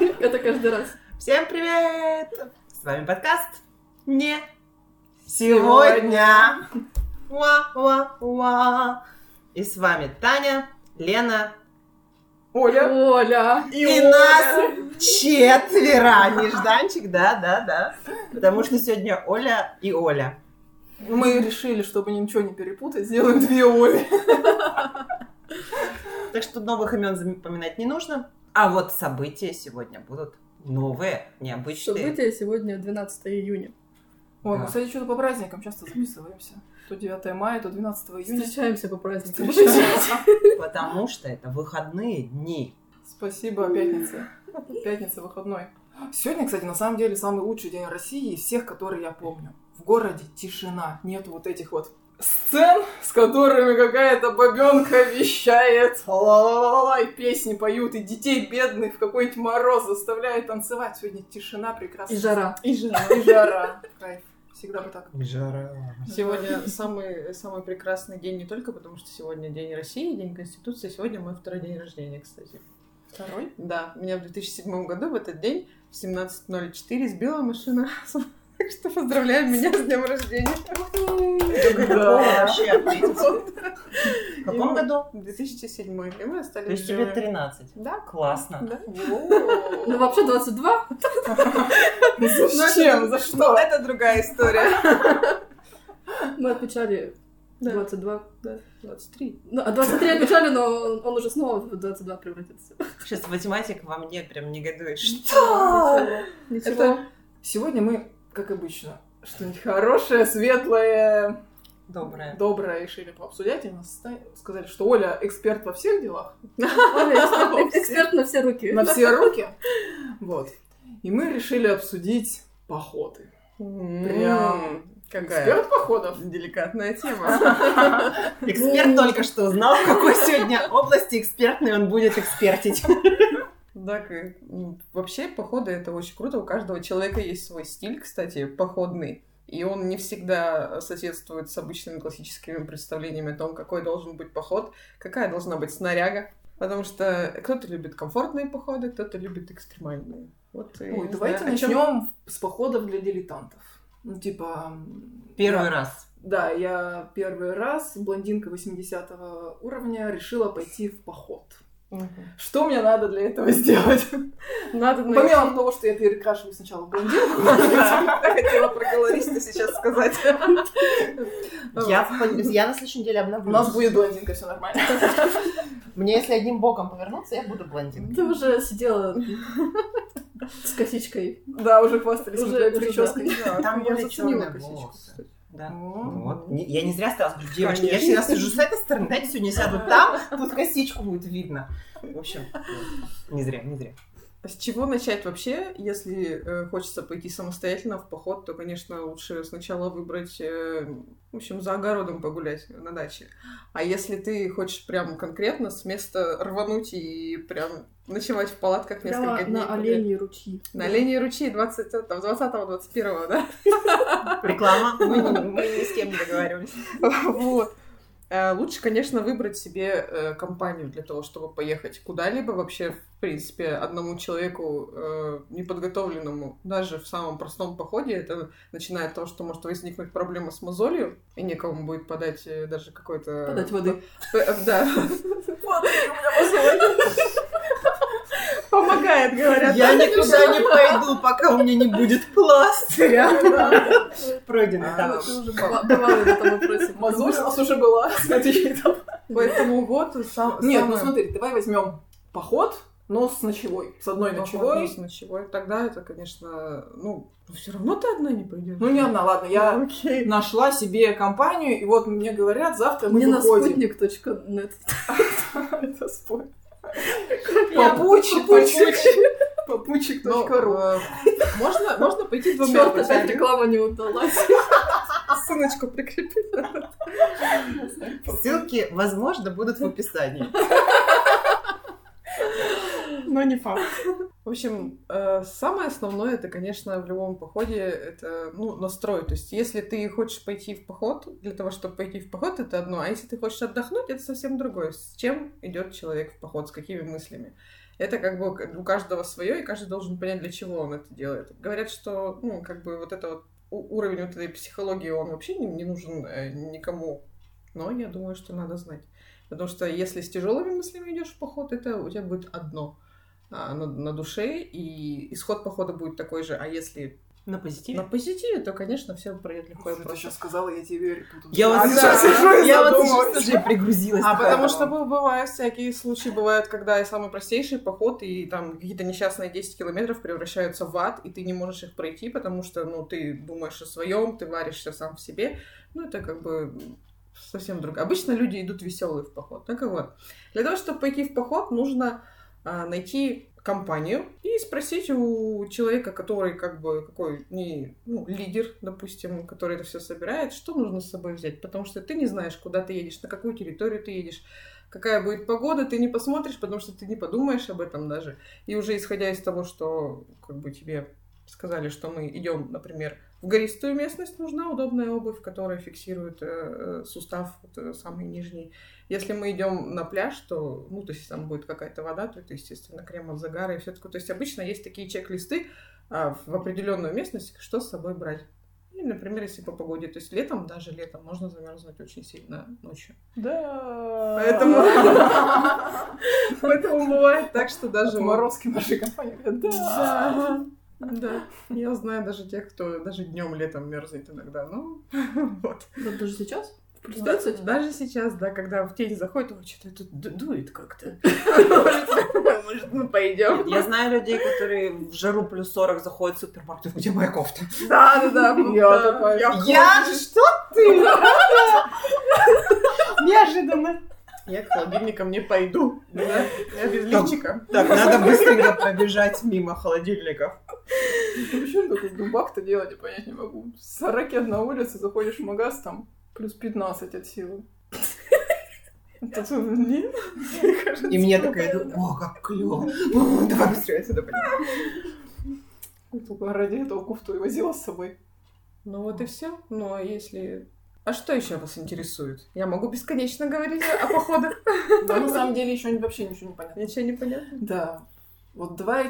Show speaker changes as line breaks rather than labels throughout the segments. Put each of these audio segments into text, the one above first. Это каждый раз.
Всем привет! С вами подкаст «Не
Сегодня.
сегодня». Уа-уа-уа. И с вами Таня, Лена
Оля.
Оля.
и, нас четверо. Нежданчик, да, да, да. Потому что сегодня Оля и Оля.
Мы решили, чтобы ничего не перепутать, сделаем две Оли.
Так что новых имен запоминать не нужно. А вот события сегодня будут новые, необычные.
Событие сегодня 12 июня.
Ой,
Да.
мы, кстати, что-то по праздникам часто записываемся. То 9 мая, то 12 июня.
Встречаемся по праздникам.
Потому что это выходные дни.
Спасибо, пятница. Пятница, выходной. Сегодня, кстати, на самом деле самый лучший день России из всех, которые я помню. В городе тишина, нет вот этих вот сцен, с которыми какая-то бабенка вещает, ла-ла-ла-ла, и песни поют, и детей бедных в какой-нибудь мороз заставляет танцевать. Сегодня тишина прекрасна.
И жара.
И жара. И жара. Кайф. Всегда бы так.
Жара.
Сегодня самый, самый прекрасный день не только потому, что сегодня День России, День Конституции, сегодня мой второй день рождения, кстати.
Второй.
Да, меня в 2007 году в этот день в 17.04 сбила машина. Так что поздравляю меня с днем рождения.
вообще отметить? В каком
И-
году?
В 2007 и мы
То
остались
есть тебе
живы.
13.
Да,
Классно.
да.
Ну, вообще 22.
Зачем? За
Но
что?
Ну, это другая история.
Мы отмечали
Да.
22.
23.
Ну, а 23 отмечали, но он, он уже снова в 22 превратится.
Сейчас математик во мне прям негодует.
Что?
Ничего.
Это сегодня мы, как обычно, что-нибудь хорошее, светлое,
Доброе.
доброе решили пообсудять. И у нас ста- сказали, что Оля эксперт во всех делах,
Оля, эксперт, эксперт на все руки.
на все руки. Вот. И мы решили обсудить походы. Прям
Какая
Эксперт походов.
деликатная тема.
Эксперт только что узнал, в какой сегодня области экспертной он будет экспертить.
Да, к- м, вообще походы это очень круто. У каждого человека есть свой стиль, кстати, походный. И он не всегда соседствует с обычными классическими представлениями о том, какой должен быть поход, какая должна быть снаряга. Потому что кто-то любит комфортные походы, кто-то любит экстремальные. Вот и
Ой,
не
давайте
знаю, о чём-
начнем с походов для дилетантов. Ну, типа... м,
Первый
я-
раз.
Да, я первый раз, блондинка 80 уровня, решила пойти в поход.
Мгм.
Что мне надо для этого сделать?
Надо
Ну,
найти-
Помимо того, что я перекрашиваю сначала в блондинку,
Я хотела про колориста сейчас сказать.
Я, в пон- я на следующей неделе
у
обновлюсь.
нас будет блондинка, все нормально.
Мне если одним боком повернуться, я буду блондинкой.
Ты уже сидела с косичкой.
Да, уже хвастались
Уже-
уже
уже
прической.
Там
я
были
заценила
черные
косички,
волосы. Да. Вот.
Вот.
Не- Я не зря стала говорю, девочки, я
Конечно.
всегда сижу с этой стороны, дайте сегодня сяду там, тут косичку будет видно. В общем, не зря, не зря.
А С чего начать вообще, если э, хочется пойти самостоятельно в поход, то, конечно, лучше сначала выбрать, э, в общем, за огородом погулять на даче. А если ты хочешь прям конкретно с места рвануть и прям ночевать в палатках
Прямо
несколько
на
дней. погулять.
оленьи ручьи.
На оленей ручьи 20, там, 20-21, да?
Реклама. Мы, не- мы ни с кем не договаривались.
Вот. Э, Лучше, конечно, выбрать себе э, компанию для того, чтобы поехать куда-либо. Вообще, в принципе, одному человеку э, неподготовленному, даже в самом простом походе, это начинает от того, что может возникнуть проблема с мозолью, и некому будет подать э, даже какой-то...
Подать воды.
П- Да. Помогает, говорят.
Я никуда не пойду, пока у меня не будет пластыря. Пройденный
А,
этап.
это
ну,
уже было.
Бывало в этом вопросе.
Мозоль у нас уже была. Смотри, там.
Поэтому вот сам...
Нет, ну
самое-
смотри, давай возьмем поход, но с ночевой. С одной
Ночевой,
ночевой.
с ночевой. Тогда это, конечно, ну, все равно ты одна не пойдешь.
Ну, не одна, ладно, я
Окей.
нашла себе компанию, и вот мне говорят, завтра мы
Мне на
выходим.
спутник.нет.
Это спой.
Я-
Попутчик,
попутчик. Ну,
Попутчик.ру.
э, можно, можно пойти двумя
Черт, опять
путями.
реклама не удалась.
Ссылочку прикрепить.
Ссылки, возможно, будут в описании.
Но не факт. В общем, э, самое основное, это, конечно, в любом походе, это, ну, настрой. То есть, если ты хочешь пойти в поход, для того, чтобы пойти в поход, это одно. А если ты хочешь отдохнуть, это совсем другое. С чем идет человек в поход, с какими мыслями. Это как бы у каждого свое, и каждый должен понять, для чего он это делает. Говорят, что, ну, как бы вот это вот у- уровень вот этой психологии, он вообще не, не нужен э, никому. Но я думаю, что надо знать. Потому что если с тяжелыми мыслями идешь в поход, это у тебя будет одно а, на, на душе, и исход похода будет такой же. А если
На
на
позитиве.
позитиве, то, конечно, все пройдет легко и
Слушай, ты
просто. А,
сейчас сказала, я тебе верю. Тут-
Я вот
А,
сейчас
да.
сижу и
Я вот
задумалась.
сейчас-
Слушай, пригрузилась.
А
такая.
потому что бу- бывают всякие случаи, бывают, когда и самый простейший поход, и там какие-то несчастные 10 километров превращаются в ад, и ты не можешь их пройти, потому что, ну, ты думаешь о своем, ты варишься сам в себе. Ну, это как бы совсем другое. Обычно люди идут веселые в поход. Так и вот. Для того, чтобы пойти в поход, нужно а, найти компанию и спросить у человека, который как бы какой не ну, лидер, допустим, который это все собирает, что нужно с собой взять, потому что ты не знаешь, куда ты едешь, на какую территорию ты едешь, какая будет погода, ты не посмотришь, потому что ты не подумаешь об этом даже. И уже исходя из того, что как бы тебе сказали, что мы идем, например, в гористую местность, нужна удобная обувь, которая фиксирует э, э, сустав вот, э, самый нижний. Если мы идем на пляж, то, ну, то есть там будет какая-то вода, то это, естественно, крем от загара и все такое. То есть обычно есть такие чек-листы а, в определенную местность, что с собой брать. И, например, если по погоде, то есть летом, даже летом, можно замерзнуть очень сильно ночью.
Да.
Поэтому- Поэтому бывает так, что даже... вот-
Морозки нашей компании. Да.
Да, да. Я знаю даже тех, кто даже днем летом мерзнет иногда. Ну, вот.
Вот даже сейчас? В плюс
Да,
30?
Даже сейчас, да, когда в тень заходит, ой, что-то тут ду- дует как-то. Может, может, мы пойдем.
Я знаю людей, которые в жару плюс 40 заходят в супермаркет. Где моя кофта?
Да, да, да.
Я
да,
такая,
Я? Что ты?
Неожиданно.
Я к холодильникам не пойду. Да, Я без
Там-
личика.
Так, надо быстренько пробежать мимо холодильников.
Почему такой дубак-то делать, я понять не могу. С ракет на улице заходишь в магаз, там плюс 15 от силы. Это что, нет? Мне кажется,
И мне такая, иду, о, как клево. О, Давай быстрее отсюда пойдем».
Я только ради этого кофту и возила с собой.
Ну вот и все. Ну а если... А что еще вас интересует? Я могу бесконечно говорить о походах.
Да, на самом деле еще вообще ничего не понятно.
Ничего не понятно.
Да. Вот давай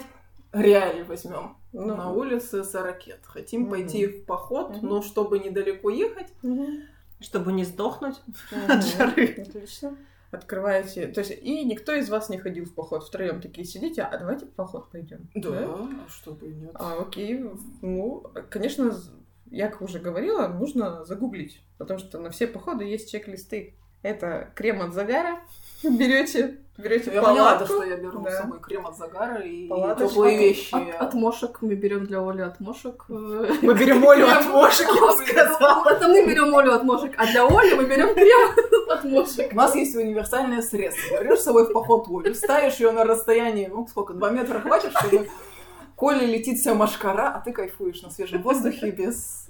реалии возьмем.
Ну.
На улице 40. Хотим
Мгм.
пойти в поход,
Мгм.
но чтобы недалеко ехать,
Мгм.
Чтобы не сдохнуть.
Мгм.
жары.
Отлично. Открываете. То есть, и никто из вас не ходил в поход. Втроем такие сидите, а давайте в поход пойдем.
а чтобы нет.
А, окей. Ну, конечно, з- я как уже говорила, нужно загуглить. Потому что на все походы есть чек-листы. Это крем от загара. Берете, берете
Я поняла,
палатку.
то, что я беру
Да.
с собой крем от загара и
Палаточку.
теплые вещи.
А От, от мошек мы берем для Оли от мошек. э,
Мы берем Олю от
Прям.
мошек, я сказала.
Это мы берем Олю от мошек, а для Оли мы берем крем от мошек.
У нас есть универсальное средство. Берешь с собой в поход Олю, ставишь ее на расстоянии, ну сколько, два метра хватит, чтобы Коле летит вся машкара, а ты кайфуешь на свежем воздухе без...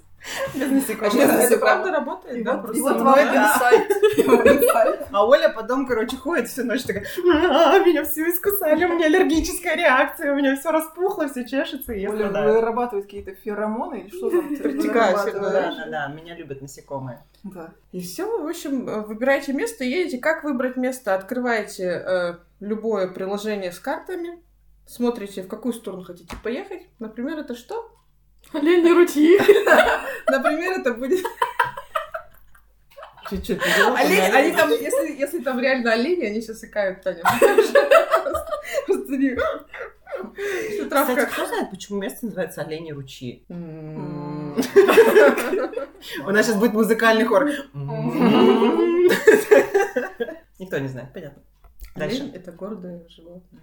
Без насекомых.
А сейчас
Это
насекомых.
правда работает, да?
И
Просто
вот
мы-
вам
да.
А Оля потом, короче, ходит всю ночь такая, «А, меня все искусали, у меня аллергическая реакция, у меня все распухло, все чешется, и я
Оля
страдаю.
вырабатывает какие-то феромоны или что там? ты
Притекает
вырабатываешь?
да, меня любят насекомые.
Да.
И все, в общем, э, выбираете место, и едете. Как выбрать место? Открываете э, любое приложение с картами, смотрите, в какую сторону хотите поехать. Например, это что?
Олени ручьи.
Например, это будет...
Чуть-чуть.
Олень, они там, если, если там реально олени, они сейчас икают, Таня. Просто не- Что
Кстати,
травка.
кто знает, почему место называется Олени ручьи?
М.
У нас сейчас будет музыкальный хор.
М.
Никто не знает, понятно.
Олень
Дальше.
— это гордое животное.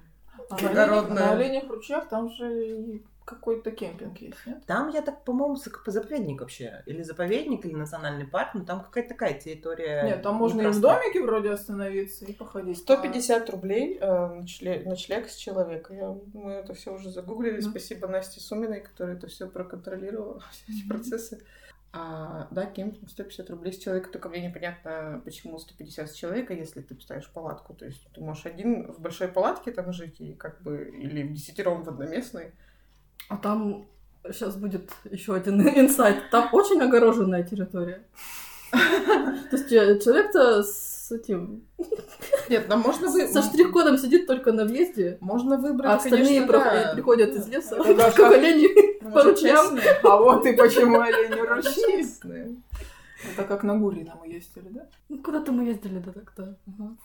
А
Благородная.
На оленях ручьях там же и какой-то кемпинг есть, нет?
Там, я так, по-моему, зак- заповедник вообще. Или заповедник, или национальный парк, но там какая-то такая территория.
Нет, там можно и в
непростая.
домике вроде остановиться и походить.
150 рублей э, ночле- ночлег с человека. Я- мы это все уже загуглили.
Мгм.
Спасибо Насте Суминой, которая это все проконтролировала, все эти
Мгм.
процессы. А, да, кемпинг 150 рублей с человека, только мне непонятно, почему 150 с человека, если ты ставишь палатку. То есть ты можешь один в большой палатке там жить, и как бы, или в десятером в одноместной.
А там сейчас будет еще один инсайт. Там очень огороженная территория. То есть э, человек-то с этим...
Нет, нам можно вы-
Со штрих-кодом сидит только на въезде,
Можно выбрать,
а остальные
конечно,
про-
да.
приходят из леса,
Это да,
как
как-
олени.
Ну,
по
это
ручьям.
честно.
А вот и почему олени
Это
ручьи.
честно.
Это как на Гурии там мы ездили, да?
Ну, куда-то мы ездили, да, так-то.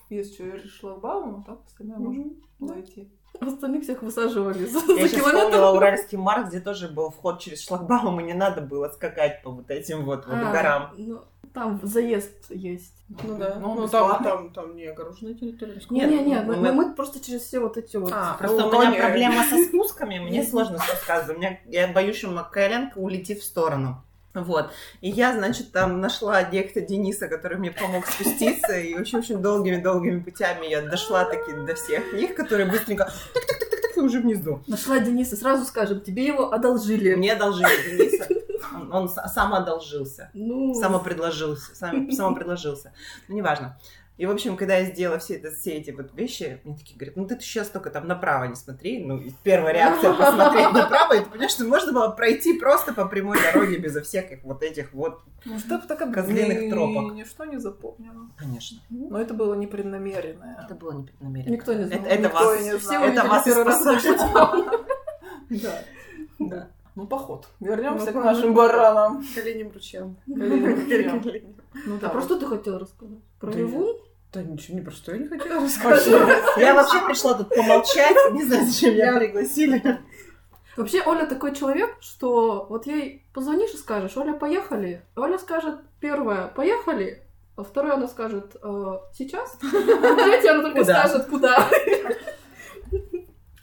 Есть что, шлагбаум, а так остальное можно зайти.
А Остальных всех высаживали за,
Я
за
сейчас
километр.
вспомнила Уральский марк, где тоже был вход через шлагбаум, и не надо было скакать по вот этим вот, вот
А,
горам.
ну, там заезд есть.
Ну да.
Ну,
Ну там,
бесплатно.
там, там не огороженная территория.
Не, не, не, ну, мы,
мы-
мы просто через все вот эти вот.
А,
Просто
ну,
у меня
э,
понятно.
проблема со спусками, мне сложно спускаться. У меня, я боюсь, что моя коленка улетит в сторону. Вот. И я, значит, там нашла некто Дениса, который мне помог спуститься, и очень-очень долгими-долгими путями я дошла таки до всех них, которые быстренько так-так-так-так-так и уже внизу.
Нашла Дениса, сразу скажем, тебе его одолжили.
Мне одолжили Дениса. Он, он с- сам одолжился.
Ну,
Самопредложился. Сам, самопредложился. Ну, неважно. И, в общем, когда я сделала все, это, все эти вот вещи, мне такие говорят, ну ты сейчас только там направо не смотри. Ну, и первая реакция посмотреть направо, и ты понимаешь, что можно было пройти просто по прямой дороге безо всяких вот этих вот,
Ну, что бы так об-
Козлиных
Блин,
тропок.
Ничто не запомнила.
конечно.
Но это было непреднамеренное.
Это было не преднамеренно.
никто не знал.
Это, это
Никто
вас.
и не
Все
знал.
это
увидели
вас и
первый раз.
спасло.
Да.
Да.
Ну, поход. Вернемся
Ну,
к
поход.
нашим баранам.
Коленям ручьям.
Коленям.
Ну
А про что ты хотела рассказать? Про
Да
Леву?
Да ничего, не про что я не хотела рассказать.
Вообще,
Я вообще пришла тут помолчать, не знаю, зачем меня пригласили.
Вообще, Оля такой человек, что вот ей позвонишь и скажешь, Оля, поехали. Оля скажет, первое, поехали. А второе она скажет, «Э, сейчас. А третье она только
Куда?
скажет, куда.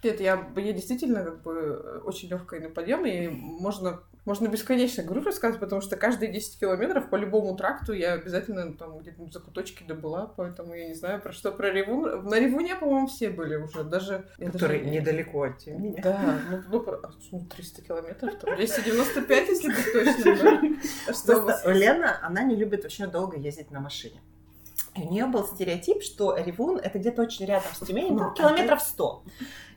Нет, я, я действительно как бы э, очень легкая на подъеме, и можно, можно бесконечно говорю рассказывать, потому что каждые 10 километров по любому тракту я обязательно там где-то за куточки добыла, поэтому я не знаю про что про реву. На ревуне, по-моему, все были уже, даже... я даже-
Который недалеко от меня.
Да, ну, ну, про- а, ну, 300 километров, там 295, если быть точным. да. Что у вас
Просто Лена, она не любит вообще долго ездить на машине. И у нее был стереотип, что Ревун это где-то очень рядом с Тюменью, ну, километров 100.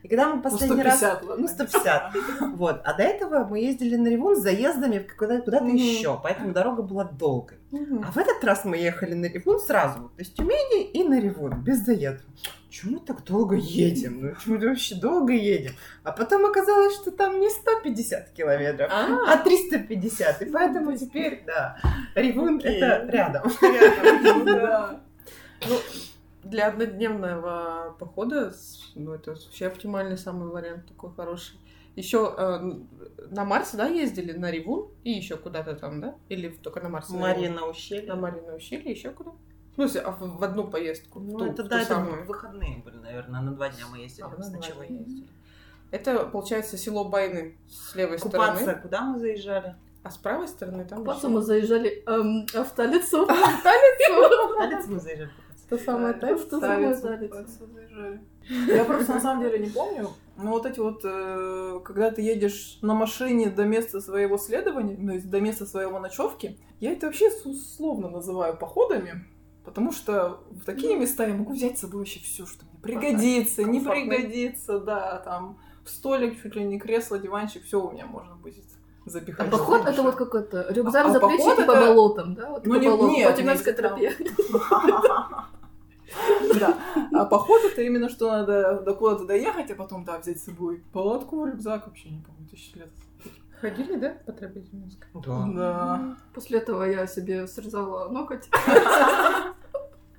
И когда мы
Ну,
последний раз...
150,
Ну,
ладно.
150. Вот. А до этого мы ездили на Ревун с заездами в куда- куда-то
Мгм.
еще, поэтому дорога была долгой.
Мгм.
А в этот раз мы ехали на Ревун сразу, вот, то есть Тюмени и на Ревун, без заездов. Чего мы так долго едем? Ну, чего мы вообще долго едем? А потом оказалось, что там не 150 километров,
А,
а 350. И поэтому теперь, да, Ревун
Окей.
это рядом.
рядом, ну да.
Да.
Ну, для однодневного похода, с- ну, это вообще оптимальный самый вариант такой хороший. Еще на Марс, да, ездили на Ревун и еще куда-то там, да? Или только на Марс? на Ревун?
ущелье.
На Марьино ущелье, еще куда? В смысле, а в, в одну поездку. в
Ну,
ту-
это
в ту
да, это
самую.
выходные были, наверное, на два дня мы ездили
А, ну,
сначала.
ладно, ездили. Это, получается, село Байна с левой
Купаться,
стороны,
куда мы заезжали?
а с правой стороны там
Потом
ещё
мы заезжали эм, в Талицу.
Талец мы заезжали купаться.
то самое
Да,
Талица.
что самое
Ставится,
ставится.
ставится, заезжали. Я просто на самом деле не помню. Но вот эти вот, э, когда ты едешь на машине до места своего следования, ну, то есть до места своего ночевки, я это вообще с- условно называю походами, потому что в
Ну.
такие места я могу взять с собой вообще все, что мне пригодится, не
Комфортно.
пригодится, да, там в столик, чуть ли не кресло, диванчик, все у меня можно будет
А
запихать.
поход
Конечно.
это вот какой-то рюкзак
А
за плечи
поход
и по
это-
болотам, да? Вот
Ну,
по
не-
болотам,
нет,
по Тюменской
нет, там-
тропе.
Да. А поход это именно что надо до куда-то доехать, а потом, да, взять с собой палатку, рюкзак, вообще не помню, тысячи лет.
Ходили, да, по Трапезинской?
Да.
Да.
После этого я себе срезала ноготь.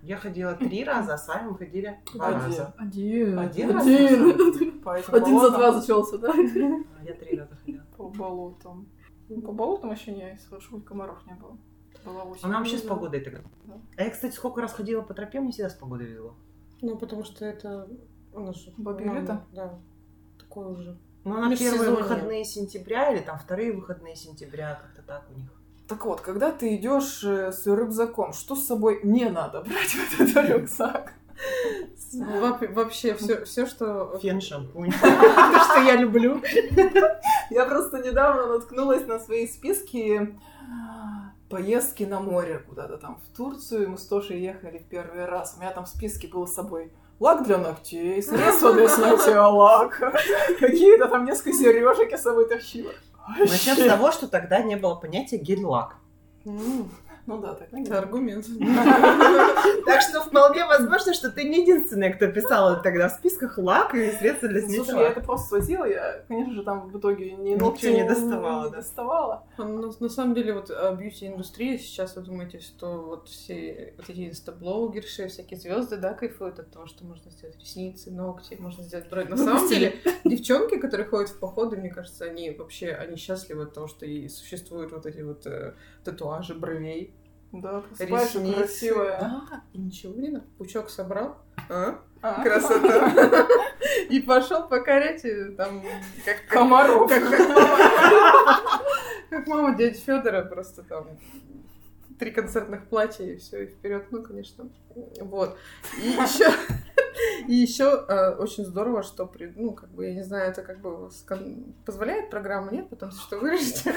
Я ходила три раза, а с вами мы ходили два
Один.
раза.
Один.
Один раз?
Один.
По этим
Один за
болотам-
два зачелся, да?
А, Я три раза ходила.
По болотам. Ну, По болотам вообще не хорошо, комаров не было. Была осень.
А нам вообще с погодой так.
Да.
А я, кстати, сколько раз ходила по тропе, мне всегда с погодой везло.
Ну, потому что это... У нас же...
Бабье лето?
мама, Да. Такое уже.
Ну, на
Межсезонье.
первые выходные сентября или там вторые выходные сентября, как-то так у них.
Так вот, когда ты идешь э, с рюкзаком, что с собой не надо брать вот этот рюкзак?
Во- Ну, Вообще все, все что...
Фен, шампунь. То, что я люблю.
Я просто недавно наткнулась на свои списки поездки на море куда-то там в Турцию. И Мы с Тошей ехали в первый раз. У меня там в списке было с собой лак для ногтей, средство для снятия лака, какие-то там несколько сережек я с собой тащила.
Начнем с того, что тогда не было понятия гель-лак.
М,
Ну да, так.
Это аргумент.
Так что вполне возможно, что ты не единственная, кто писала тогда в списках лак и средства для снятия
Слушай, я
лака.
это просто свозила, я, конечно же, там в итоге ни
Ничего
ногти
не доставала,
не
да.
доставала.
А На, на самом деле, вот а, бьюти-индустрия сейчас, вы думаете, что вот все вот эти инстаблогерши, всякие звезды, да, кайфуют от того, что можно сделать ресницы, ногти, можно сделать бровь. На самом
Выпустили.
деле, девчонки, которые ходят в походы, мне кажется, они вообще, они счастливы от того, что и существуют вот эти вот э, татуажи бровей,
Да, просыпаешься
ресницы.
красивая.
Да, и ничего не надо. Пучок собрал, а?
А.
красота. И пошел покорять, э, там, как
Комаров.
как, как мама, как мама дяди Федора просто там три концертных платья и все, и вперед, ну, конечно. Вот. И еще и еще очень здорово, что при, ну, как бы, я не знаю, это как бы скан- позволяет программа, нет, потому что вы режете.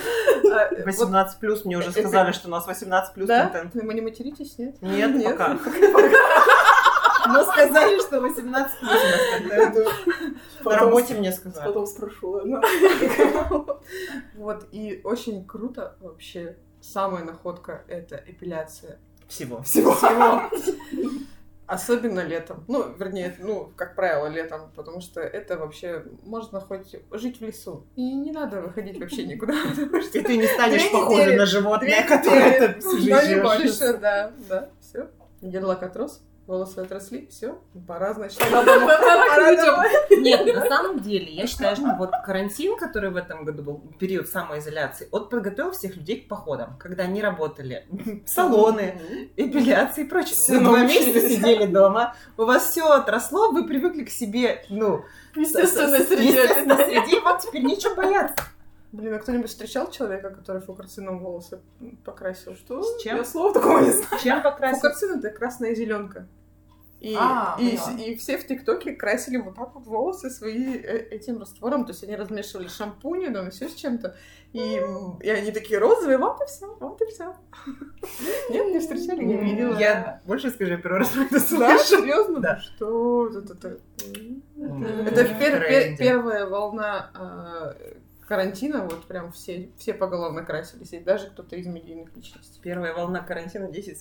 А, э, вот,
18 плюс, мне уже сказали, что у нас 18 плюс
Да?
контент.
Вы не материтесь, нет?
Нет,
Нет.
пока. Но сказали, что 18 плюс у нас контент. На
Потом-
работе мне сказали.
Потом спрошу, ладно.
Вот, и очень круто вообще. Самая находка — это эпиляция.
Всего.
Всего.
Особенно летом. Ну, вернее, ну, как правило, летом, потому что это вообще можно хоть жить в лесу. И не надо выходить вообще никуда, потому что
И ты не станешь
Две
похожа
недели.
на животное, которое
недели.
ты всю жизнь
Да, не
живёшь.
больше, да, да, все. Я лакотрос, волосы отросли, все, пора, значит,
Пора домой.
Нет, на самом деле, я считаю, что вот карантин, который в этом году был, период самоизоляции, он подготовил всех людей к походам, когда они работали. Салоны, эпиляции и прочее.
Все
Вы два
научились.
месяца сидели дома, у вас все отросло, вы привыкли к себе, ну,
В естественной
с- с-
среде.
естественной среде, и вам теперь нечего бояться.
Блин, а кто-нибудь встречал человека, который фукарцином волосы покрасил?
Что?
С чем?
Я слова такого не знаю.
Чем покрасить?
Фукарцин это красная зеленка. И,
А,
и,
поняла.
и все в ТикТоке красили вот так вот волосы свои э, этим раствором. То есть они размешивали шампуни, там еще с чем-то. И, м, и они такие розовые, вот и все, вот и все. Нет, не встречали, не видела.
Я больше скажу, я первый раз про это
Да,
слышу.
серьезно?
Да.
Что? это- это- это- это
Это
пер- пер-
тренде.
первая волна а, карантина, вот прям все, все поголовно красились, и даже кто-то из медийных личностей.
Первая волна карантина 10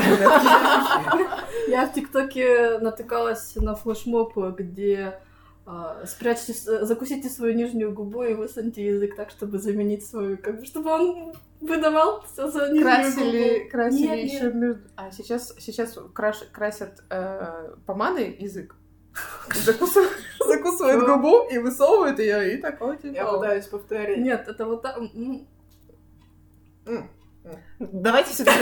сантиметров.
Я в ТикТоке натыкалась на флешмоб, где а, спрячьте, с- э, закусите свою нижнюю губу и высуньте язык так, чтобы заменить свою, как бы, чтобы он выдавал всё за нижнюю
Красили, красили
Нет,
еще между... А сейчас, сейчас краш- красят э, помадой язык. Закусывают, закусывают губу и высовывают ее, и такой
Я
типа...
пытаюсь
губу.
повторить.
Нет, это вот так. м,
«М,
Давайте все-таки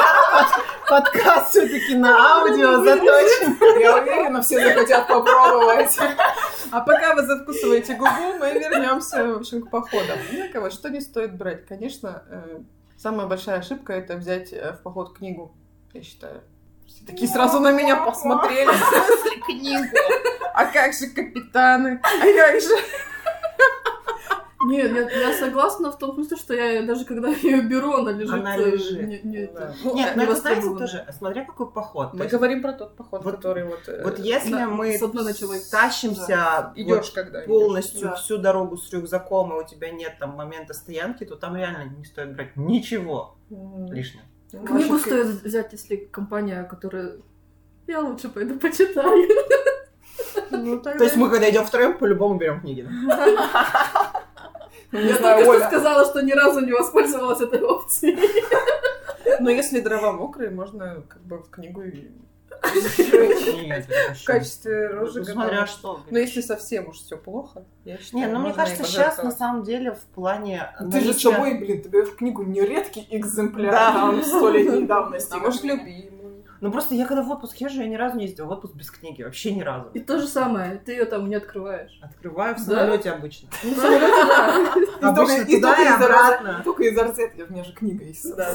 подкаст все-таки на аудио заточен.
Я уверена, все захотят попробовать.
А пока вы закусываете губу, мы вернемся, в общем, к походам. Ну, кого- что не стоит брать? Конечно, э, самая большая ошибка — это взять э, в поход книгу, я считаю. Все такие сразу на меня посмотрели. В смысле книгу? А как же капитаны? А как же?
Нет, я, я согласна в том смысле, что я даже когда ее беру, она лежит.
Она
э,
лежит.
не- не это.
Ну,
Нет,
э,
ну это, знаете,
востребовано.
тоже, смотря какой поход. То
Мы
есть
говорим про тот поход,
Вот-
который вот... э,
Вот если
на-
мы
с одной началось.
тащимся вот
Идешь когда идёшь.
полностью
Да.
всю дорогу с рюкзаком, и у тебя нет там момента стоянки, то там реально не стоит брать ничего
М.
лишнего.
Книгу
Ваша
стоит взять, если компания, которая... Я лучше пойду почитаю.
Ну, тогда-
То есть мы, когда идем втроем, по-любому берем книги.
Ну, не
Я
знаю,
только что
Оля.
сказала, что ни разу не воспользовалась этой опцией.
Но если дрова мокрые, можно как бы в книгу и
Нет,
в качестве розжига.
Ну, Смотря что.
Но Ну, если совсем уж все плохо, я считаю,
Не, ну мне
можно и
кажется, сейчас на
пожертвовать.
самом деле в плане...
Ты же с
наличия-
собой, блин, ты берешь книгу не редкий экземпляр,
Да.
там столетней давности.
А может, любимый.
Ну просто я когда в отпуск езжу, я ни разу не ездила в отпуск без книги, вообще ни разу.
И то же самое, ты ее там не открываешь.
Открываю в
Да?
самолете обычно.
Ну, в самолёте, да.
И только-
Обычно
и
туда
только
и
из-за
обратно.
розет- Только из розетки, у меня же книга есть.
Да,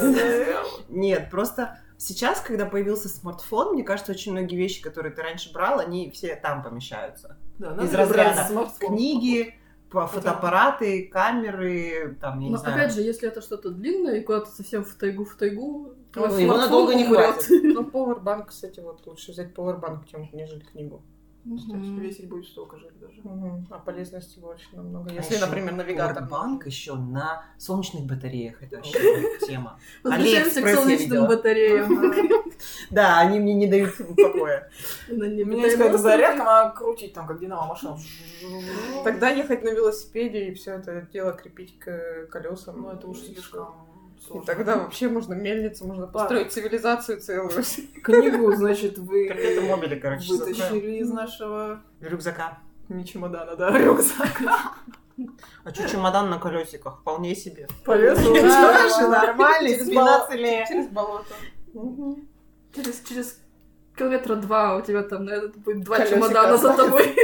Нет, просто сейчас, когда появился смартфон, мне кажется, очень многие вещи, которые ты раньше брал, они все там помещаются.
Да,
Из
надо
разряда
брать смартфон.
Книги, по- фотоаппараты, камеры, там, я не
Но
знаю.
Ну, опять же, если это что-то длинное и куда-то совсем в тайгу, в тайгу, то
его надолго не
смартфон умрёт.
Ну, пауэрбанк, кстати, вот лучше взять пауэрбанк, чем нежели книгу.
Ну, кстати,
Мгм.
весить будет столько же или даже.
Мгм. А полезности больше намного.
А
Если,
ещё
например, навигатор.
Банк еще на солнечных батареях. Это вообще тема.
Возвращаемся к
Алиэкспресс я
солнечным
видела.
батареям.
Да, они мне не дают покоя.
У меня есть какая-то зарядка, надо крутить там, как динамо машина.
Тогда ехать на велосипеде и все это дело крепить к колесам.
Ну, это уж слишком
И
сложно.
тогда вообще можно мельницу, можно построить цивилизацию целую.
Книгу, значит, вы
Котлеты мобили, короче. собрал.
вытащили из нашего
Рюкзака.
не чемодана, да, рюкзака.
А что чемодан на колесиках? Вполне себе.
По лесу.
Хорошо, нормально,
Через
спина
бал-
целее.
Через болото.
Через, через километра два у тебя там, наверное, будет два
Колёсико
чемодана за тобой.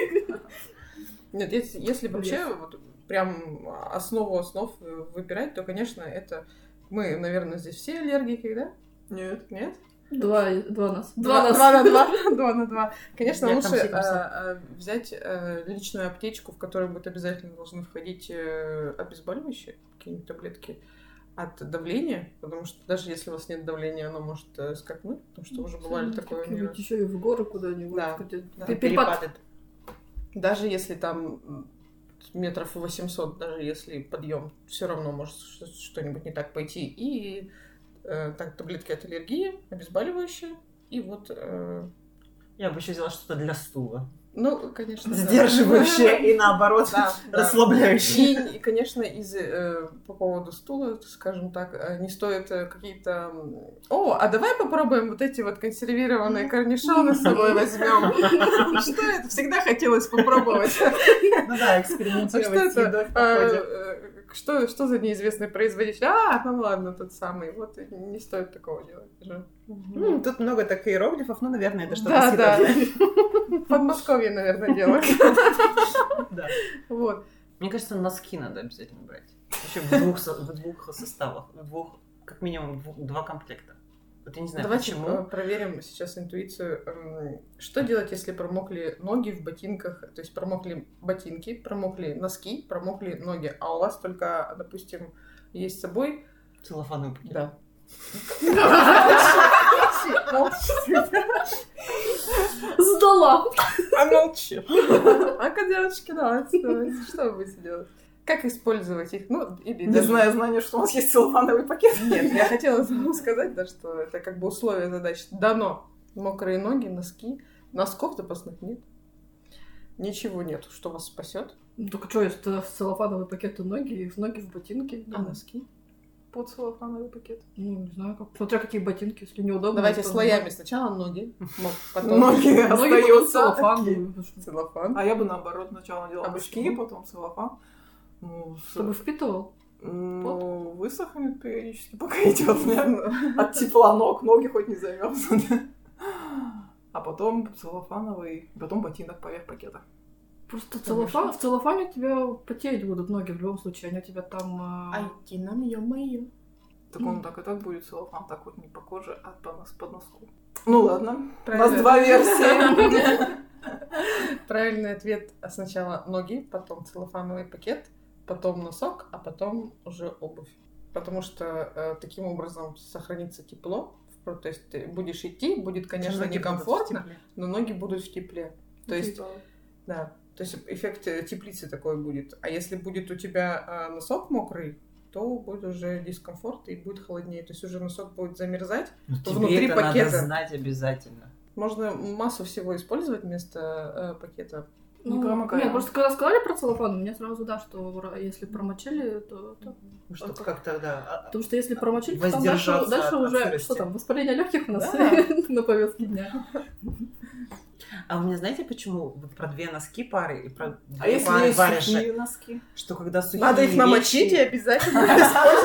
Нет, если, если вообще вот прям основу основ выбирать, то, конечно, это мы, наверное, здесь все аллергики, да?
Нет.
Нет?
Два, два нас. Два нас.
Два на два. Два на два. Конечно,
Я там
лучше
всех написала.
а, а, взять а, личную аптечку, в которую будет обязательно должны входить э, обезболивающие, какие-нибудь таблетки от давления, потому что даже если у вас нет давления, оно может э, скакнуть, потому что уже бывали такое. не раз.
Еще и в горы куда-нибудь.
Да.
где-
Да.
Пе- Перепад.
Даже если там м, метров 800, даже если подъем, все равно может ш- что-нибудь не так пойти. И э, так, таблетки от аллергии, обезболивающие, и вот... э,
Я бы еще взяла что-то для стула.
ну, конечно... да.
Сдерживающее и наоборот
Да, да.
расслабляющее.
И, и, конечно, из, э, по поводу стула, скажем так, э, не стоит э, какие-то... м, О, а давай попробуем вот эти вот консервированные корнишоны с собой возьмем. Что это? Всегда хотелось попробовать.
Ну да,
А что
экспериментировать с
это?
едой в
А,
походе.
э, Что, что за неизвестный производитель? А, ну ладно, тот самый. Вот и не стоит такого делать. даже.
М, Ну, Тут много так иероглифов, ну, наверное, это что-то
Да, да.
съедобное.
Подмосковье, наверное, делают.
Да.
Вот.
Мне кажется, носки надо обязательно брать. Еще в двух, со- в двух составах, в двух, как минимум, в- два комплекта. Вот я не знаю,
Давайте э,
почему.
проверим сейчас интуицию. Эм, Что делать, если промокли ноги в ботинках? То есть промокли ботинки, промокли носки, промокли ноги. А у вас только, допустим, есть с собой...
Целлофановый пакет.
Да.
Сдала.
А молчи. А девочки, давайте, давайте. Что вы будете делать? Как использовать их? Ну, или
Не
даже-
знаю знания, что у нас есть целлофановый пакет.
Нет, я хотела вам сказать, да, что это как бы условие задачи. Дано. Мокрые ноги, носки. Носков запасных нет. Ничего нет, что вас спасет.
Ну так что, если тогда в целлофановый пакет и ноги, и в ноги в ботинки?
А носки?
Под целлофановый пакет.
Ну, не знаю, как. Смотря какие ботинки, если неудобно.
Давайте
то-
слоями. Сначала ноги, мок- потом
Ноги
Ноги потом
остаются.
Ну, целлофан. ну, что-
целлофан.
А я бы наоборот сначала делала
А
носки,
почему?
потом целлофан. Ну, с-
Чтобы впитывал.
ну, высохнет периодически, пока идет.
А,
От тепла ног ноги хоть не займемся. А потом целлофановый, потом ботинок поверх пакета.
Просто целлофан, в целлофане у тебя потеть будут ноги в любом случае, они у тебя там... э,
Айди нам, ё-моё.
Так он так и так будет целлофан, так вот не по коже, а по, нос- по носку. Ну ладно, у нас
Правильно.
два версии.
Правильный ответ а сначала ноги, потом целлофановый пакет, потом носок, а потом уже обувь. Потому что э, таким образом сохранится тепло. Впро- То есть ты будешь идти, будет, конечно,
Ноги будут в
некомфортно,
тепле.
но ноги будут в тепле. То есть,
типа,
да, то есть эффект э, теплицы такой будет. А если будет у тебя э, носок мокрый, то будет уже дискомфорт и будет холоднее. То есть уже носок будет замерзать.
Ну, тебе
Внутри
это
пакета.
надо знать обязательно.
Можно массу всего использовать вместо э, пакета.
Не
ну,
промокаем.
Нет, просто когда сказали про целлофан, у меня сразу, да, что ра- если промочили, то... то-
Ну, чтоб
Только-
как-то, да. а-
Потому что если промочили, то там дальше,
Воздержаться
дальше
от- от
уже,
сырости.
что там, воспаление легких у нас
Да.
на повестке дня.
А вы мне знаете, почему вот про две носки пары и про две
А если
пары
есть
варежек?
сухие носки?
Что когда сухие
Надо их
вещи-
намочить и обязательно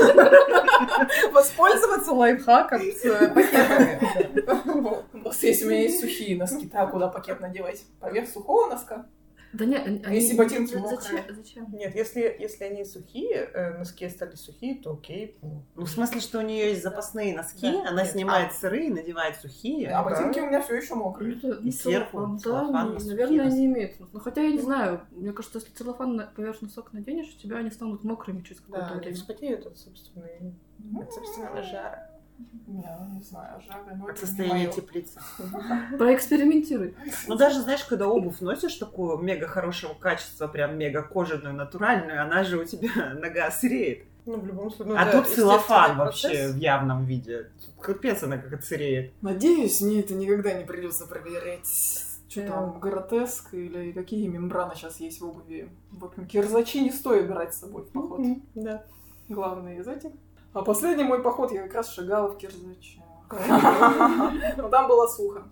использовать. воспользоваться лайфхаком с э, пакетами. Вот.
У нас есть, у меня есть сухие носки, да, куда пакет надевать? Поверх сухого носка?
Да нет, они...
если ботинки
за-
мокрые?
Зачем? зачем?
Нет, если, если они сухие, э, носки стали сухие, то окей. ну.
Ну, в смысле, что у нее есть запасные носки,
Да.
она
Нет.
снимает сырые, надевает сухие.
А ботинки у меня все еще мокрые.
Ну, это,
И
ну,
сверху
целлофан, да,
целлофан,
они,
носки,
наверное,
носки.
не имеет. смысла. Ну, хотя я не знаю, мне кажется, если целлофан на- поверх носок наденешь, у тебя они станут мокрыми через
Да,
какое-то
они
время.
вспотеют от собственной, от собственного жара.
Я не знаю, жага, но
От
это не
состояния
моё.
теплицы.
Проэкспериментируй.
Ну, даже, знаешь, когда обувь носишь такую мега хорошего качества, прям мега кожаную, натуральную, она же у тебя нога сыреет.
Ну, в любом случае. ну,
а
да,
тут целлофан
естественный
вообще
процесс.
в явном виде. Тут капец она как сыреет.
Надеюсь, мне это никогда не придется проверять. Что
Да.
там, гротеск или какие мембраны сейчас есть в обуви. В общем, кирзачи не стоит брать с собой в поход.
Мгм, Да.
Главное из этих. А последний мой поход я как раз шагала в кирзачах. Но там было сухо.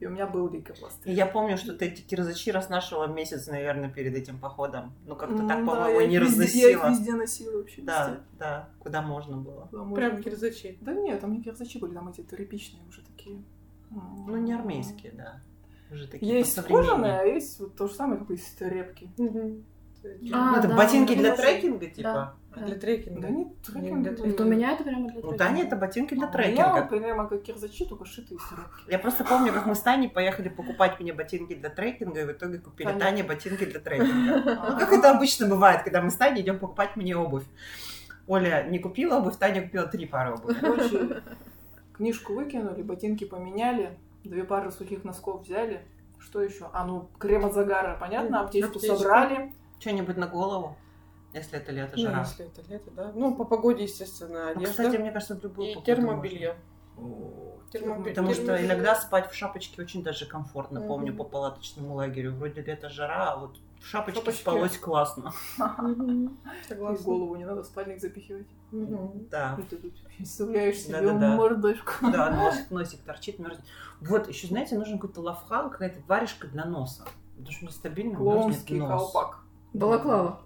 И у меня был лейкопластырь.
И я помню, что ты эти кирзачи разнашивала месяц, наверное, перед этим походом. Ну, как-то
М,
так,
да,
по-моему,
я
и не
их везде- Я их
разносила.
везде носила вообще. везде.
Да, да, куда можно было.
Куда можно.
Прям кирзачи.
Да нет, там не кирзачи были, там эти тряпичные уже такие. М.
Ну, не армейские, да. Уже такие
Есть
посовременнее.
кожаные, а есть вот то же самое, как из тряпки.
Мгм.
Ну,
А,
это
да,
ботинки
ну,
для
это-
трекинга, типа?
А Для трекинга.
Да нет, трекинг.
для
это-
Вот у меня это прямо для
Ну,
трекинга.
да, нет, это ботинки для
А у меня
трекинга.
вот прямо как кирзачи, только шитые из тряпки.
Я просто помню, как мы с Таней поехали покупать мне ботинки для трекинга, и в итоге купили
Таня.
Тане ботинки для трекинга. Ну, как
А.
это обычно бывает, когда мы с Таней идем покупать мне обувь. Оля не купила обувь, Таня купила три пары обуви.
Короче, книжку выкинули, ботинки поменяли, две пары сухих носков взяли. Что еще? А, ну, крем от загара, понятно,
Мгм,
аптечку
аптечка.
собрали.
Что-нибудь на голову, если это лето,
Ну,
жара.
если это лето, да. Ну, по погоде, естественно,
Ну,
одежда.
кстати, мне кажется, в любую
и
погоду
термобелье.
можно.
Термобе-
Потому что
термобелье.
иногда спать в шапочке очень даже комфортно,
Мгм.
помню, по палаточному лагерю. Вроде лето жара, а вот в шапочке
Шапочки.
спалось классно.
И
Мгм.
в
Согласна.
голову не надо в спальник запихивать.
Мгм.
Да.
И ты тут представляешь себе
Да-да-да.
мордочку.
Да, носик, носик торчит, мерзнет. Вот, еще, знаете, нужен какой-то лавхал, какая-то варежка для носа. Потому что нестабильно мерзнет
Клоунский
нос.
колпак.
Балаклава.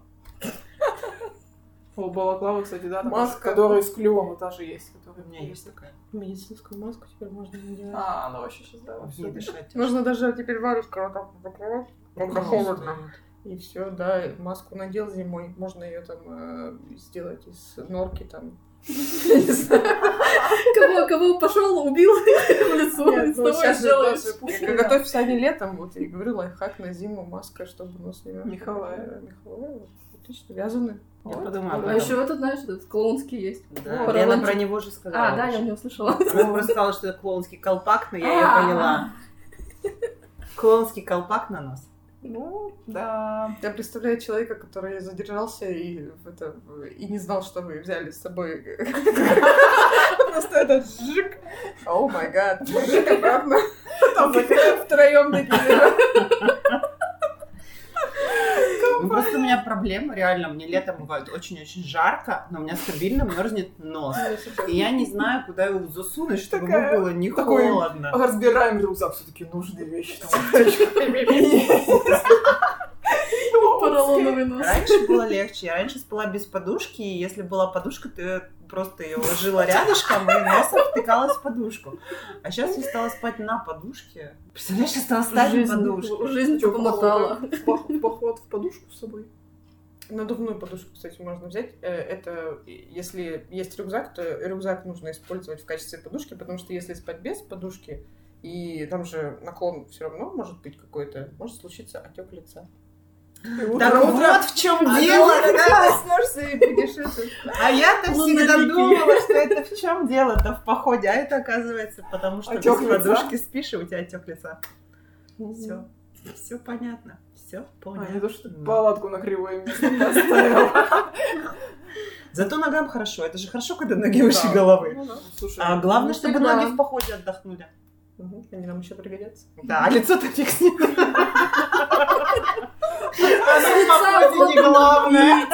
О, балаклава, кстати, да. там
Маска.
Которая с клювом, вот та же есть.
У
которая-
меня есть такая.
Медицинскую маску теперь можно надевать.
А, она вообще сейчас, да, во
Не
всём.
дышать.
Нужно даже теперь варежку вот так закрывать. Когда
Нос
холодно.
стоит.
И все, да, и маску надел зимой. Можно ее там э, сделать из норки там. Не знаю.
Кого, кого пошел, убил в лицо.
Нет,
с
ну,
тобой
щас же
сделаешь.
тоже пусть-
Да.
Готовься они а летом, вот я и говорю, лайфхак на зиму, маска, чтобы нос не мёрз.
Меховая.
Да, Меховая, вот, отлично, вязаные.
Я подумала об
А
этом.
еще этот, знаешь, этот клоунский есть.
Да,
Поролон-
Лена про него же сказала.
А, да, я
уже.
о нем слышала.
Она просто сказала, что это клоунский колпак, но я ее
А.
поняла. Клоунский колпак на нос.
Ну, да.
Я представляю человека, который задержался и, в это, в- и не знал, что вы взяли с собой. Просто этот жик. О май гад. Жик обратно. Там втроем такие.
Ну, просто у меня проблема, реально, мне летом бывает очень-очень жарко, но у меня стабильно мерзнет нос. И я не знаю, куда его засунуть, чтобы
Такая-
ему было не
такой-
холодно.
Разбираем рюкзак, все-таки нужные вещи. там, аптечка. Поролоновый.
Поролоновый нос.
Раньше было легче. Я раньше спала без подушки, и если была подушка, то я просто ее ложила рядышком, и носом втыкалась в подушку. А сейчас я стала спать на подушке. Представляешь, я стала спать на
Жизнь-
подушке.
Жизнь типа
Чё,
типа
помотала.
в поход- в Поход в подушку с собой.
Надувную подушку, кстати, можно взять. Э, Это, если есть рюкзак, то рюкзак нужно использовать в качестве подушки, потому что если спать без подушки, и там же наклон все равно может быть какой-то, может случиться отек лица.
Так
Утром-
вот в чем дело, да?
проснешься и будешь это.
А я-то всегда
Луналики.
думала, что это в чем дело-то в походе, а это оказывается потому, что без
Отек лица.
подушки спишь, и у тебя отек лица. Все. Все понятно. Все
А, не то,
понятно.
что ты палатку на кривое место поставила.
Зато ногам хорошо. Это же хорошо, когда ноги выше
Да.
головы.
Слушай,
А главное, чтобы
всегда.
ноги в походе отдохнули.
Мгм, Они нам еще пригодятся.
Да, а лицо-то фиг с ним.
С лица
Походе не
вот
главное.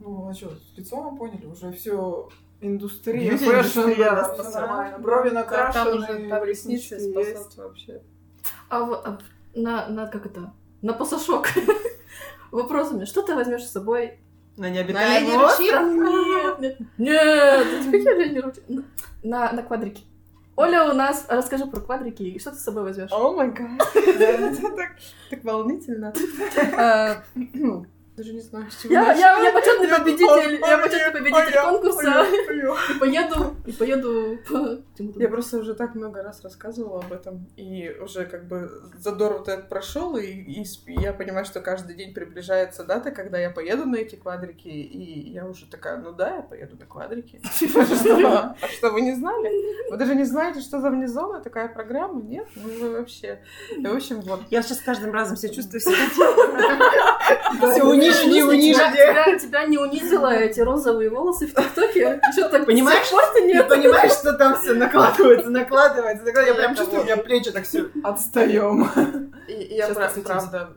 ну а что, лицо мы поняли, уже все индустрия,
Бьюти
фэшн,
индустрия,
да,
да,
всё
пацаны.
нормально. Брови
Да, Там уже
накрашены,
там ресницы
реснички есть.
спасут вообще.
А вот а, на, на как это? На пасашок. Вопрос у меня. Что ты возьмешь с собой?
На
На
необитаемый
линию
остров.
Нет, нет, нет. Какие тренировки? ну, На, на квадрики. Оля у нас, расскажи про квадрики и что ты с собой возьмешь?
О май гад. Это так- Так волнительно. А, Даже не знаю, с чего
Э, Я,
начать.
я, я почетный
Я-
победитель, я
а,
почетный
а,
победитель
а,
конкурса,
а, а, а.
и поеду, и поеду по... чему-то.
Я просто уже так много раз рассказывала об этом, и уже как бы задор вот этот прошел, и, и с- я понимаю, что каждый день приближается дата, когда я поеду на эти квадрики, и я уже такая, ну да, я поеду на квадрики. А что, вы не знали? Вы даже не знаете, что за вне зона, такая программа? Нет? Ну вы вообще... И, в общем, вот.
Я сейчас с каждым разом себя чувствую себя
Все унижение,
Слушай, тебя-
унижение.
Тебя, тебя не унизило эти розовые волосы в ТикТоке? Что так?
Понимаешь?
Саппорта
Ты
нет.
понимаешь, что там все накладывается, накладывается, накладывается. Я прям
Это
чувствую, у
вот.
меня плечи так все.
Отстаем.
И, и я
Сейчас
пра-
посвятимся.
правда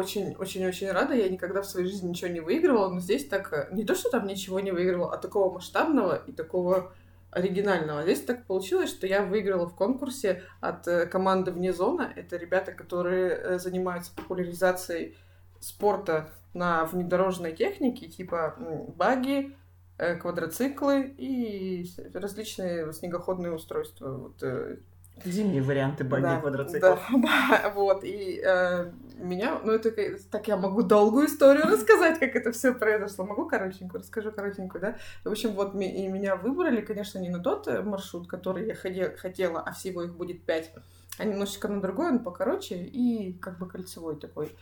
очень-очень-очень рада. Я никогда в своей жизни ничего не выигрывала, но здесь так э, не то, что там ничего не выигрывала, а такого масштабного и такого оригинального. Здесь так получилось, что я выиграла в конкурсе от э, команды «Вне зона». Это ребята, которые э, занимаются популяризацией спорта на внедорожной технике, типа м, баги, э, квадроциклы и с- различные снегоходные устройства. Вот, э,
Зимние варианты баги
да,
квадроциклов.
Да, да, вот, и э, меня, ну это к- так я могу долгую историю рассказать, как это все произошло. Могу коротенькую, расскажу коротенькую, да? В общем, вот ми- и меня выбрали, конечно, не на тот э, маршрут, который я ходе- хотела, а всего их будет пять, а немножечко на другой, он покороче и как бы кольцевой такой.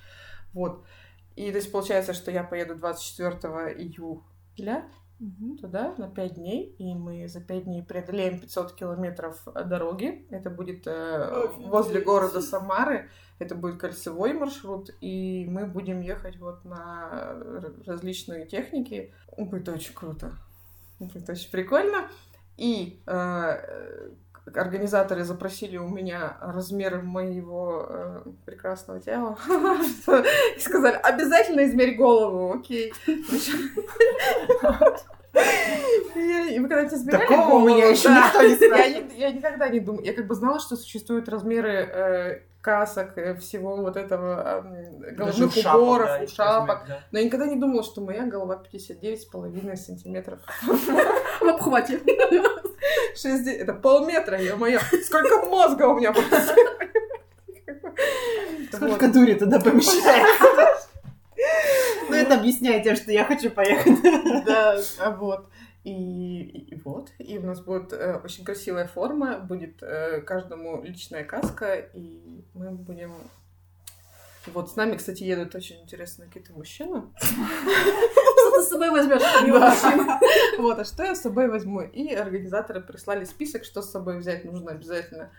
Вот. И то есть получается, что я поеду 24 июля, туда на 5 дней, и мы за 5 дней преодолеем 500 километров э, дороги. Это будет э,
Офигеть.
возле города Самары, это будет кольцевой маршрут, и мы будем ехать вот на р- различные техники. Будет очень круто, будет очень прикольно. И э, э, организаторы запросили у меня размеры моего э, прекрасного тела и сказали, обязательно измерь голову, окей. И вы когда-то измеряли
Такого у
голову?
меня ещё
Да.
никто не спрашивал.
Я ни- Я никогда не думала. Я как бы знала, что существуют размеры э, касок, э, всего вот этого эм,
Даже у
головных
Ну, шапок,
уборов,
да,
у
их
шапок.
размер, да.
Но я никогда не думала, что моя голова 59,5 сантиметров.
В обхвате.
60, это полметра, я моя. Сколько мозга у меня было.
Сколько дури туда помещается? Ну, это объясняет тем, что я хочу поехать.
Да, а вот. И, и вот. И у нас будет э, очень красивая форма, будет э, каждому личная каска, и мы будем... Вот с нами, кстати, едут очень интересные какие-то мужчины.
Что ты с собой возьмешь? помимо
Да.
мужчин?
Вот, а что я с собой возьму? И организаторы прислали список, что с собой взять нужно обязательно.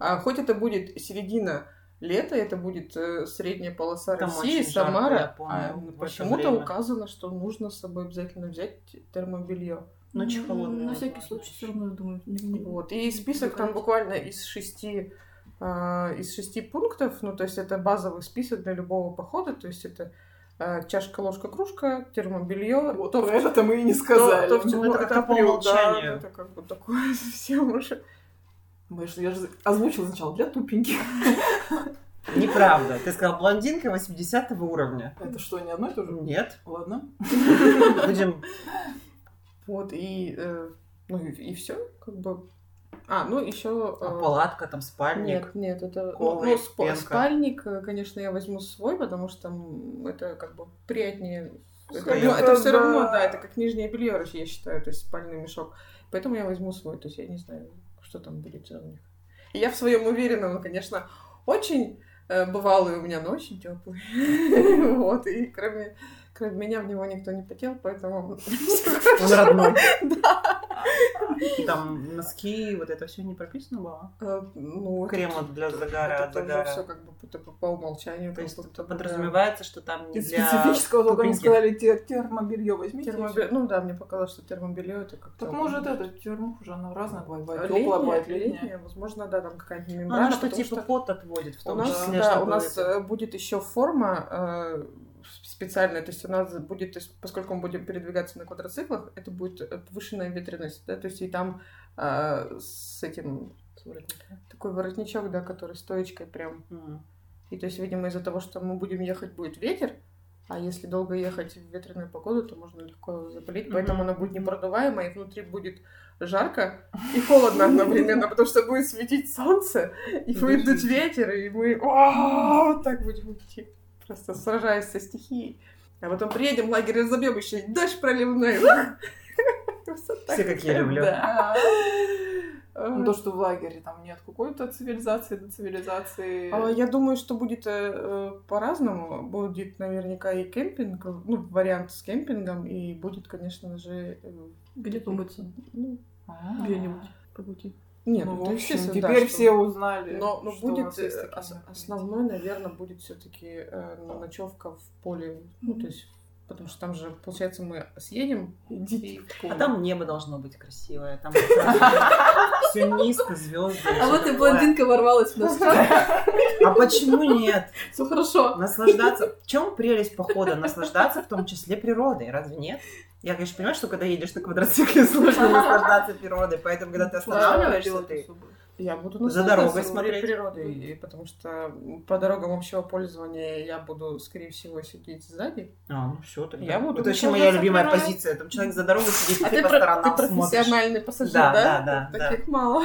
А, хоть это будет середина лета, это будет э, средняя полоса
Там
России,
очень жарко,
Самара.
я помню,
а,
в это
почему-то
время.
указано, что нужно с собой обязательно взять термобелье.
Ночь холодная.
На всякий случай все равно, я думаю. не- не-
Вот. И
ну,
список
Прикольно.
там буквально из шести а, из шести пунктов, ну, то есть это базовый список для любого похода, то есть это а, чашка, ложка, кружка, термобелье,
Вот
то, в
это мы и не
то-
сказали.
то, в
Ну,
чем
это
это
как-то по
плюс,
умолчанию.
да, это как бы такое совсем уже.
Мы ж- я же озвучила сначала для тупеньких.
Неправда. Ты сказал, блондинка 80 уровня.
Это что, не одно и то же?
Нет.
Ладно.
Будем...
Вот, и, э, ну, и, все, как бы. А, ну, еще...
А палатка, там спальник.
Нет, нет, это...
Колы,
ну, спа-
пенка.
спальник, э, конечно, я возьму свой, потому что м, это как бы приятнее. Это,
Конечно,
все равно,
да.
да, это как нижнее белье, короче, я считаю, то есть спальный мешок. Поэтому я возьму свой, то есть я не знаю, что там будет за у них. И я в своем уверена, он, конечно, очень э, бывалый у меня, но очень теплый. Вот, и кроме, кроме меня в него никто не потел, поэтому...
Он родной.
Да.
Там носки, вот это все не прописано было?
Э, Ну, это
Крем для загара, от
Это тоже все
загара.
как бы по, по- по умолчанию.
То есть
как будто бы,
подразумевается, что там не
Из
для...
специфического только мне
тупеньких.
сказали те- термобелье
да.
возьмите.
Термобелье- Ну да, мне показалось, что термобелье это А как-то...
Так может это термух уже она разная бывает. Бывает
Летнее,
теплая, бывает летняя.
летнее, возможно, да, там какая-то
Ну,
мембрана,
она что
потому
типа пот отводит, в
у
том
нас,
числе,
да, у
чтобы
нас
это-
э, будет еще форма э, с- специальная, то есть у нас будет, то есть поскольку мы будем передвигаться на квадроциклах, это будет э, повышенная ветренность, да, то есть и там э, с этим такой воротничок, да, который стоечкой прям
М.
И то есть, видимо, из-за того, что мы будем ехать, будет ветер, а если долго ехать в ветреную погоду, то можно легко заболеть,
Мгм.
поэтому она будет непродуваемая, и внутри будет жарко и холодно одновременно, потому что будет светить солнце, и
И
будет
дождь.
дуть ветер, и мы «Ааа!» вот так будем идти, просто сражаясь со стихией. А потом приедем в лагерь и разобьем еще и дождь проливной. Ух! Красота
Все, как я
какая,
люблю.
да.
Ну, То, что в лагере там нет какой-то цивилизации до цивилизации.
А, Я думаю, что будет э, э, по-разному. Будет наверняка и кемпинг, ну, вариант с кемпингом, и будет, конечно же, э,
Где-то умыться?
ну,
А.
Где-нибудь по пути.
нет,
Ну, в
это
общем,
естественно, да,
теперь
что-
все узнали.
Но, но
что у
будет
нас есть
э,
такие
ос-
мероприятия.
основной, наверное, будет все-таки ночевка в поле. Ну, то есть, потому что там же, получается, мы съедем.
Идите
и-
А там небо должно быть красивое. Там все низко, звезды.
А вот и блондинка ворвалась в нас.
А почему нет?
Все хорошо.
Наслаждаться. В чем прелесть похода? Наслаждаться в том числе природой, разве нет? Я, конечно, понимаю, что когда едешь на квадроцикле, сложно наслаждаться природой, поэтому, когда ты останавливаешься, ты...
Я буду
За
наслаждаться
дорогой
своей
смотреть.
природой, и потому что по дорогам общего пользования я буду, скорее всего, сидеть сзади.
А, ну все, тогда.
Я буду
Это вообще моя любимая
наслаждаться
позиция. Там человек за дорогой сидит,
А
ты
ты,
по
про- ты
сторонам смотришь.
профессиональный пассажир,
Да,
да?
да, да,
Таких мало.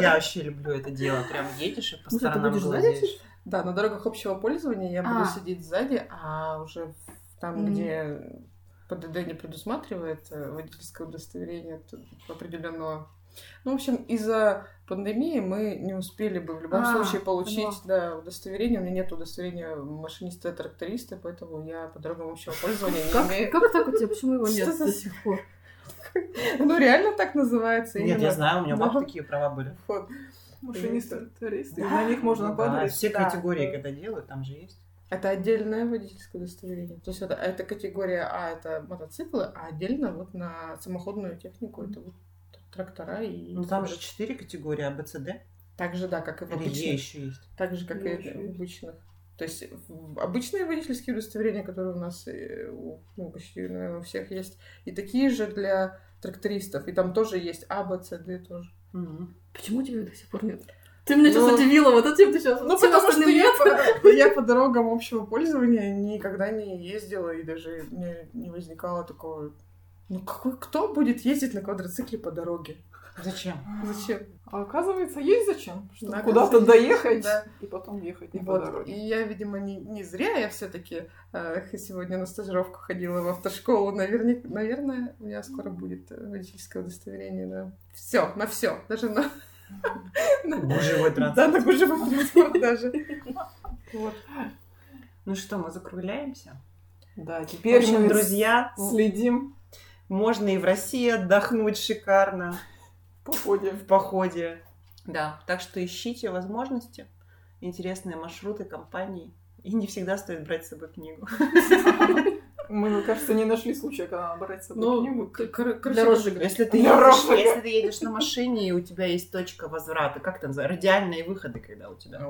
Я вообще люблю это дело. Прям едешь и по
Ну, что, ты
сторонам
будешь сзади
глазеешь.
Да, на дорогах общего пользования я буду
А.
сидеть сзади, а уже в- там,
Мгм.
где ПДД не предусматривает э, водительское удостоверение т- определенного. Ну, в общем, из-за пандемии мы не успели бы в любом
А,
случае получить
поняла.
да, удостоверение. У меня нет удостоверения машиниста-тракториста, поэтому я по дорогам общего пользования не
Как,
имею.
как так у тебя? Почему его
Что
нет
за
до сих пор?
Ну, реально так называется.
Нет, я
именно.
знаю, у меня у баб
Да.
такие права были.
Вот.
Машинисты-туристы. На них можно
Ну да,
накладывать.
Все
да.
категории, когда делают, там же есть.
Это отдельное водительское удостоверение. То есть это, это категория А, это мотоциклы, а отдельно вот на самоходную технику это вот трактора и...
Ну там же четыре категории а, АБЦД.
Так же, да, как и в
Или Е
обычных.
еще есть.
Так же, как
Е
и
ещё
в обычных. То есть в- обычные водительские удостоверения, которые у нас э, у- ну, почти, наверное, у всех есть, и такие же для трактористов. И там тоже есть А, Б, С, Д тоже.
Мгм.
Почему тебя до сих пор нет? Ты меня сейчас
Ну,
удивила, вот этим ты сейчас.
Ну,
всем
потому что
остальным
я
нет.
по, я по дорогам общего пользования никогда не ездила, и даже мне не возникало такого... Ну, какой, кто будет ездить на квадроцикле по дороге?
Зачем?
Зачем?
А оказывается, есть зачем? Чтобы
Да,
куда-то
оказывается,
доехать
да.
и потом ехать не по
Вот. И
дороге.
я, видимо, не, не зря, я все таки сегодня на стажировку ходила в автошколу. Наверняка, наверное, у меня скоро будет э, водительское удостоверение на все, на все, даже на... на-
Гужевой
Да,
транспорт.
на гужевой транспорт даже. Вот.
Ну что, мы закругляемся?
Да,
В
теперь
общем,
мы
друзья,
следим
можно и в России отдохнуть шикарно
по ходе.
в походе. Да, так что ищите возможности, интересные маршруты, компании. И не всегда стоит брать с собой книгу.
Мы, кажется, не нашли случая, когда надо брать с собой
Ну,
книгу.
кор- кор-
Для
короче,
розжига.
Если ты,
Я
едешь,
ровно.
если ты едешь на машине, и у тебя есть точка возврата, как это называется, радиальные выходы, когда у тебя.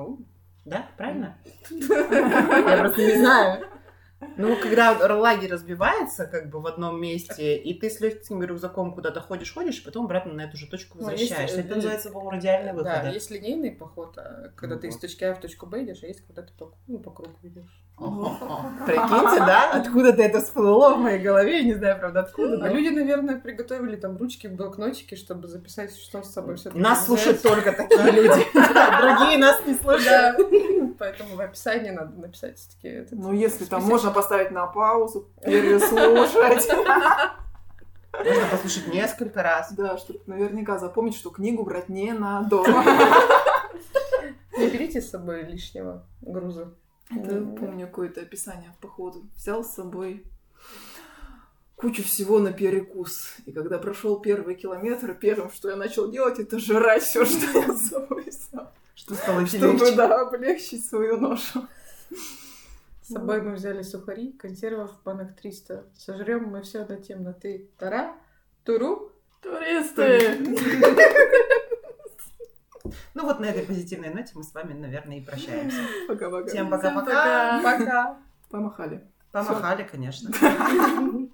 Да, правильно? Я просто не знаю. Ну, когда лагерь разбивается, как бы в одном месте, и ты с легким рюкзаком куда-то ходишь, ходишь, и потом обратно на эту же точку
Ну, есть,
возвращаешься.
э,
Это называется, по-моему, радиальный выход.
Да,
да?
есть линейный поход, а когда ты из
Вот.
точки А в точку Б идешь, а есть когда ты по, ну, по кругу идешь.
Прикиньте, да? Откуда-то это всплыло в моей голове, я не знаю, правда,
Ну
откуда.
А
но-
люди, наверное, приготовили там ручки, блокнотики, чтобы записать, что с собой все
Нас слушают только такие люди. Другие нас не слушают.
Да. Поэтому в описании надо написать все-таки это.
Ну, если там
Список.
можно поставить на паузу, переслушать.
Можно послушать несколько раз.
Да, чтобы наверняка запомнить, что книгу брать не надо.
Не берите с собой лишнего груза.
Это, помню, какое-то описание походу. Взял с собой кучу всего на перекус. И когда прошел первый километр, первым, что я начал делать, это жрать все, что я с собой взял.
Что стало
Чтобы,
легче.
Ну да, облегчить свою ношу.
С собой мы взяли сухари, консервов, банок 300. Сожрем мы все до темноты. Тара, туру.
Туристы!
Ну вот на этой позитивной ноте мы с вами, наверное, и прощаемся.
Пока-пока.
Всем пока-пока.
пока.
Пока.
Помахали.
Помахали, конечно.